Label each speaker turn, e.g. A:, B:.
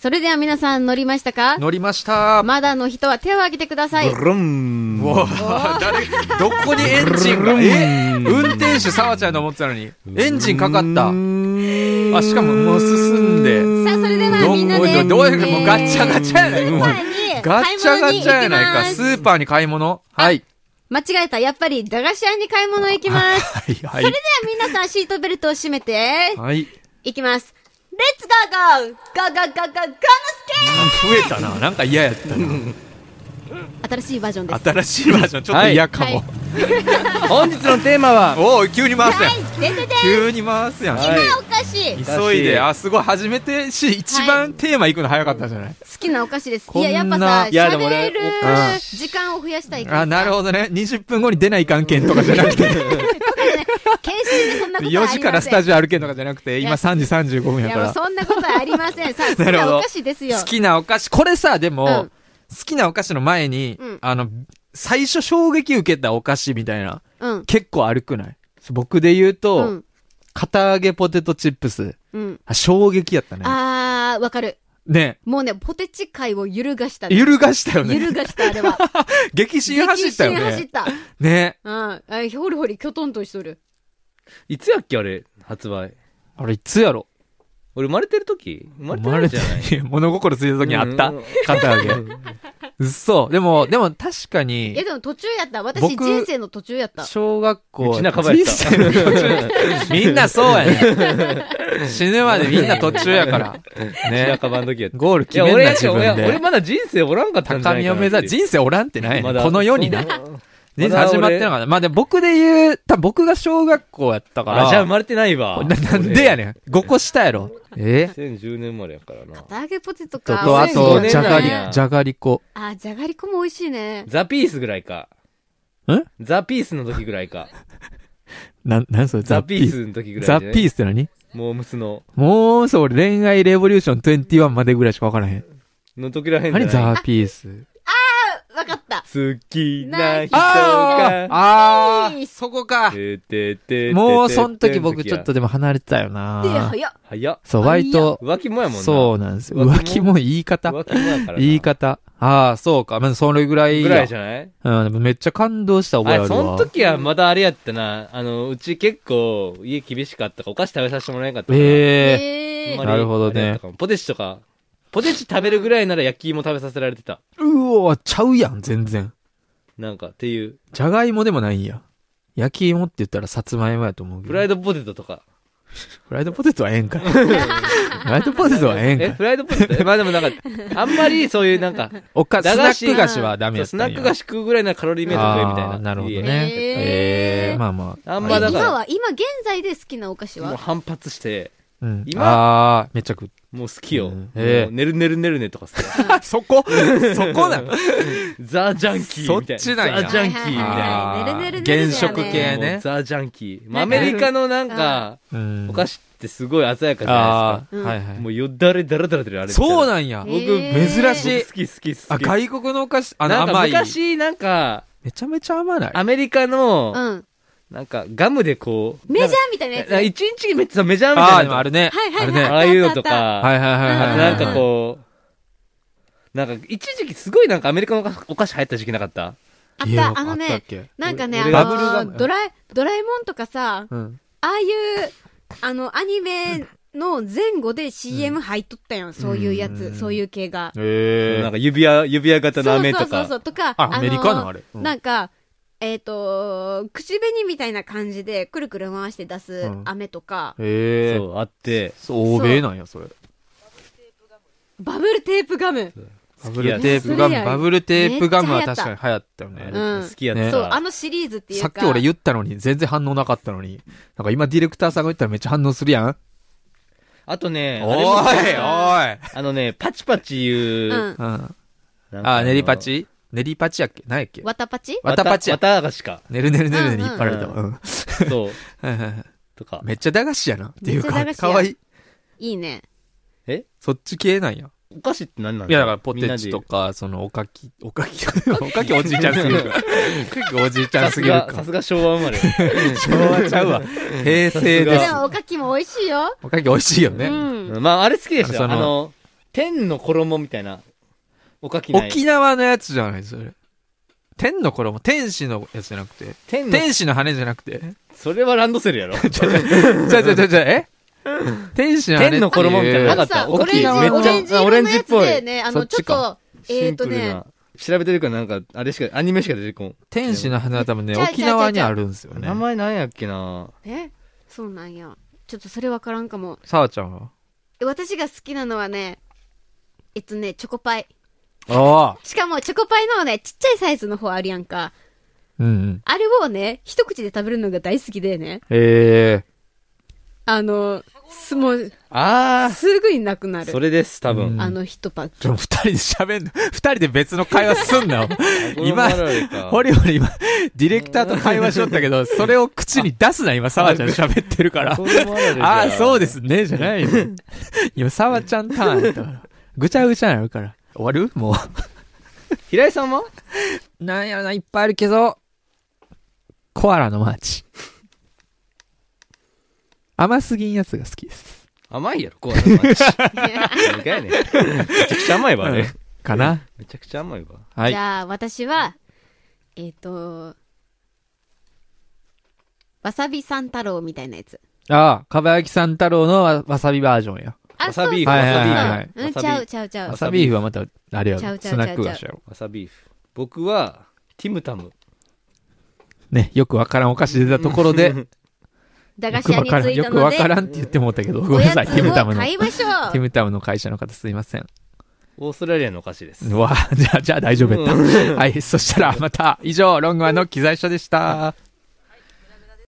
A: それでは皆さん乗りましたか
B: 乗りました。
A: まだの人は手を挙げてください。
C: ルン
B: うわ誰どこにエンジンがえ運転手さわちゃんの思ってたのにエンジンかかったあしかももう進んで
A: さあ、それでは
B: ど
A: みんなで。
B: んどういうもうガチャガチャやない
A: えー
B: もう
A: スーパーに
B: ガ
A: 買い
B: チャ
A: 物
B: ガ
A: に行きます
B: チャやないかスーパーに買い物はい
A: 間違えた。やっぱり駄菓子屋に買い物行きます。そ
B: はいは
A: れでは皆さんシートベルトを締めて、
B: はい
A: いきます。レッツゴーゴーゴーゴーゴーゴーゴーのス
B: 増えたな なんか嫌やったな
A: ケー新しいバージョンです。
B: 新しいバージョンちょっと嫌かも、
A: は
C: 本日のテー マは、
B: おお急に回すやん
A: はい、出てて
B: 急に回すやん、
C: はい
A: お菓子好
B: 急いであすごい初めてし一番テーマ行くの早かったじゃない、
A: きなお菓子です。い
B: こんな
A: や、やっぱさ、
C: いやでも
A: 喋れ
C: 俺
A: る
C: お菓
A: 時間を増やしたいから。
B: あなる
A: ほ
B: ほどね20分後に出ない関係とかじゃなくて
A: ど。決してそんなことはありま
B: 4
A: せん。
B: 時からスタジオ歩けんとかじゃなくて、今
A: いや
B: 3時35分
A: い
B: や
A: や、
B: か
A: もう
B: ら。
A: そんなことはありま せん。さあ、好き
B: なるほ
A: な
B: ど
A: お菓子ですよ。
B: 好きなお菓子、これさ、でも、
A: うん
B: 好きなお菓子の前に、
A: うん
B: あの、最初衝撃受けたお菓子みたいな、
A: うん。
B: 結構歩くない僕で言う
A: う
B: と、
A: ん。
B: 片揚げポテトチップス。
A: うん。
B: あ衝撃やったね。
A: あー、わかる。
B: ね
A: もうね、ポテチ界を揺るがしたね。
B: 揺るがした
A: 揺
B: よね。
A: るがした、あれ は。
B: 激震走ったよ
A: 激震走っ
B: ね。
A: た。
B: ね
A: うん。あほりほり、きょとんとしとる。
C: いつやっけあれ、発売。
B: あれ、いつやろ
C: 俺生まれてる時生まれてないんじゃない
B: 生まれて物心ついた時にあった
C: うん
B: 片揚げ。 嘘。でも、でも確かに。
A: いや、でも途中やった。私、
B: 僕
A: 人生の途中やった。
B: 小学校。
C: うち半ばやった
B: 人生の途中 みんなそうやね。 死ぬまでみんな途中やから。ね。
C: 半ばの時やった。
B: ゴール
C: い
B: 決
C: や、
B: めん
C: 俺
B: な
C: や
B: 自
C: けど、
B: 分
C: 俺俺
B: で。
C: まだ人生おらんかったんじゃ
B: 高
C: ない
B: み
C: か
B: を
C: な
B: 目指す。人生おらんってない、ね、この世にな。人生始まってなかった。まあでも僕で言う、多分僕が小学校やったから。
C: あ、じゃあ生まれてないわ。
B: ななんでや
C: ね
B: ねん。5個下やろ。え
C: 2010年生まれやからな。
A: 唐揚げポテト
B: ちょ
A: か。
B: っと、あ
C: 2005
B: と、
C: 年
B: じゃがり
C: なんや、
B: じゃがりこ。
A: あ、じゃがりこも美味しいね。
C: ザ・ピースぐらいか。
B: ん
C: ザ・ピースの時ぐらいか。
B: なん、なんそれ
C: ザ・ピー。スの時ぐらいじゃ
B: ザ・
C: な
B: ピ
C: い。
B: ースって何
C: モームスの、
B: もう、そう、恋愛レボリューション21までぐらいしかわからへん。
C: の時らへんじゃ
B: 何
C: ない。
B: ザ・ピース。
A: わかった。
C: 好きな人
B: あ
C: が。
B: あ
A: いい
B: ーそこか。
C: てててて
B: もう、その時僕ちょっと。でも離れてたよ
A: で、
B: な
A: 早っ。
C: 早っ。
B: そう、割と、
C: 浮気もやもんな。
B: そうなんですよ。
C: 浮
B: 浮
C: 気
B: 気
C: も
B: も言い方。
C: 浮気もやからな。
B: 言い方。ああ、そうか。まあ、それぐらいや。
C: ぐらいじゃない
B: うん、でもめっちゃ感動した覚えある
C: あ
B: わ。
C: その時はまだあれやったな。あの、うち結構家厳しかったから、お菓子食べさせてもらえなかったから。
B: ええ
A: えー
C: あんまり
B: なるほどね
C: あれやったかもポテチとか、ポテチ食べるぐらいなら焼き芋食べさせられてた。
B: うお、ちゃうやん、全然。
C: なんか、っていう。
B: じゃがいもでもないんや。焼き芋って言ったらさつまいもやと思うけど。
C: フライドポテトと か。
B: フライドポテトはええん かい。フライドポテトはええんか
C: え、
B: い。
C: フライドポテトまあでもなんか、あんまりそういうなんか、
B: おか、ス
C: 駄
B: ナ
C: 菓子
B: ック菓子はダメ
C: そ
B: や
C: う
B: った
C: ス
B: んや
C: ナック菓子食うぐらいならカロリーメイト食えみたい
B: あ
C: な。
B: ーなるほど
C: 家
B: ね。
A: え
B: え
A: ー
B: えまあまあ。
C: あんまだから
A: 今は、今現在で好きなお菓子
C: もう
A: は
C: 反発して、
B: うん。
C: 今
B: ああ、めっちゃ食う。
C: もう好きよ。
B: うん
C: もう
B: ええ
C: ねるねるねるねとかさ、
B: そ こそこなの
C: ザ・ジャンキーみたいな。
B: そっちなんや
C: ザ・ジャンキーみたいな。
A: あーねるねるねるね
B: 原色系
C: もう
B: ね。
C: ザ・ジャンキー。まあア
A: なんか
C: メリカのなんか、
B: うん
C: お菓子ってすごい鮮やかじゃ
B: あ
C: ないで
B: あ、
A: うん
B: はい
C: す
B: は
C: か。も
B: い。
C: うよだれだらだら出るあれ。
B: そう
C: な
B: なんや
A: え。
C: 僕
A: ー
B: 珍しい
C: 好き好き好
B: あ、
C: き。
B: 外国のお菓子、あの
C: なんか
B: 甘い。
C: 昔なんか、
B: めちゃめちゃ甘ない。
C: アメリカの、
A: うん。
C: なんかガムでこう、
A: メジャーみたいな
C: な
A: や
C: んか
A: つ。
C: 一日めっちゃメジャーみ
B: あ
C: た
B: あ、
C: い
B: でも
C: な
B: あ
C: の。
B: るね。
A: はいはい
B: ある
A: はい
B: ね。
C: ああいうのとか、
B: はいはいはいはい。
C: なんかこう、なんか一時期すごいなんかアメリカのお菓子流行った時期なかった
A: あっ
B: いや
A: た、あの
B: あったっ
A: ね
B: け、
A: なんかね、
C: 俺
A: あ
C: バブルガム
A: の、ドラえ、ドラえもんとかさ、
B: う。うん。
A: ああいう、あの、アニメの前後で CM 入っとったやん、そういうや
B: う
A: つ、
B: ん
A: そういう系が。
B: え
C: なんか指輪、指輪型の飴と
A: そうそうそうそ
C: か。
A: う、とか、
B: あアメリカのあれうん
A: なんか、えっ、と、口紅みたいな感じで、くるくる回して出す
B: うん
A: 飴とか、
B: ええ
C: そ。う、あって。
B: そう、欧米なんや、それ。
A: バブルテープガム。
B: バブルテープガム、バブルテープガムは確かに流行ったよね。
A: うん
C: 好きやっ
B: ね
A: そう、
C: た。
A: あのシリーズっていうか。
B: さっき俺言ったのに、全然反応なかったのに。なんか今ディレクターさんが言ったらめっちゃ反応するやん。
C: あとね、
B: お
C: あ
B: い
C: れも
B: おい
C: あのね、パチパチいうう。
A: ん。
B: うん。
C: なんか
B: あ、練りパチ練りパチやっけ何やっけ
A: わたぱち
B: わたパチや
C: わたわた菓子 か。
B: ねるねるねるねに引っ張られたわ。うん
C: そう。
B: はいはいはい
C: とか。
B: めっちゃ駄菓子やな。ってい
A: めっ
B: う
A: ちゃ
B: か
A: 駄菓、子や
B: かわいい。
A: いいね。
B: そっち系なんや。
C: お菓子って何なん
B: いや、だからポテチとか、その、おかき、おかき、おかきおじいちゃんすぎるか。おかきおじいちゃ
C: さ
B: ん
C: す
B: すぎる
C: が、さ
B: か
C: す。が昭和生まれ。
B: 昭和ちゃうわ。平成
C: い
B: で。
C: や
A: ですも、おかきも美味しいよ。
B: おかき美味しいよ
A: う
B: ね。
A: ん。
C: まあ、あれ好きでし
B: そ
C: た。
B: の
C: あの、天の衣みたいな。おかきない。
B: 沖縄のやつじゃないそれ。天の衣、天使のやつじゃなくて。
C: 天の、
B: 天使の羽じゃなくて。
C: それはランドセルや ろ。
B: じゃじゃじゃじゃ、え天使の羽っていう
C: 天の衣みたいな
A: あ
C: なか
A: の
C: った
A: さ、
C: 大
A: オレ
C: き
A: ン
C: い
A: ジ、
C: めっちゃ
A: オレンジ
C: あ
A: 色
C: オレン
A: の
C: ジ
A: や
C: っ
A: つ
C: ぽい
A: でね、あ
B: そ
A: の、
B: っ
A: ちょ
B: ち
A: っ
B: か
A: と、え
C: シ
A: っ
C: ン
A: と
C: プル
A: ね
C: な、。調べてるからなんか、あれしか、アニメしか出てこん。
B: 天使の花多分ね、
A: 違う違う違う
B: 沖縄にあるんですよね
C: 名。前なんやっけな
A: えそうなんや。ちょっとそれわからんかも。
B: さあちゃんは。
A: え私が好きなのはね、えっとね、チョコパイ。
B: ああ。
A: しかも、チョコパイのね、ちっちゃいサイズの方あるやんか。
B: うんうん。
A: あれをね、一口で食べるのが大好きでね。
B: え
A: あの、す、もう、
C: あ
A: すぐになくな
C: ー、そ
A: る。
C: れです、多分。
A: あの一パッ
B: ー。ちょ、二人で喋んの、二人で別の会話すんな。今、ホ
C: 今。
B: リホリ今、ディレクターと会話しよったけど、それを口に出すな、今、沢ちゃん喋ってるから。ああ、そうですすね、じゃないよ。 今、沢ちゃんターンやったから。ぐちゃぐちゃになるから。終わるも
C: 平井さんは
B: う。なんやろな、いっぱいあるけど、コアラのマーチ。甘すぎんやつが好きです。
C: 甘いやろ、コアラのマーチ。
A: ク。
C: 何回やねんめちゃくちゃ甘いわ、あれ。
B: かな
C: めちゃくちゃ甘いわ。
B: は
A: じ
B: い。
A: ゃあ、私は、えっ、と、わさび三太郎みたいなやつ。
B: ああ、かばやきさん太郎のわわさびバージョンや。
A: あ
C: わさビーフ、
A: そう
B: は
C: わ
B: いはいはい
C: さ
B: はい
C: ビ
A: そ
C: ーフ。
A: ううん、
C: わさ
A: ち
C: ビ
A: ゃ
C: ー
A: う
C: フ。
A: ちゃうちゃ
B: わ
A: う。
B: さびーフはまた、あれや
A: ちゃうちゃう
B: スナック菓子やろ。
C: わさビーフ。僕は、ティムタム。
B: ね、よくわからんお菓子出たところで、
A: 駄
B: よ
A: 菓
B: く
A: 子屋
B: わ
A: に
B: からん、
A: 着い
B: よ
A: た
B: く
A: の
B: わ
A: で、
B: からんって言ってもうたけど、ご
A: お
B: めん
A: や
B: なさい、
A: つ
B: ティムタ
A: を
B: ムの。
A: 買
B: テ
A: いま しょ
B: ィ
A: う。
B: ムタムの会社の方すいません。
C: オーストラリアのお菓子です。
B: うわじゃあ、じゃあ大丈夫やった。はい、そしたらまた、以上、ロングワンの機材書でした。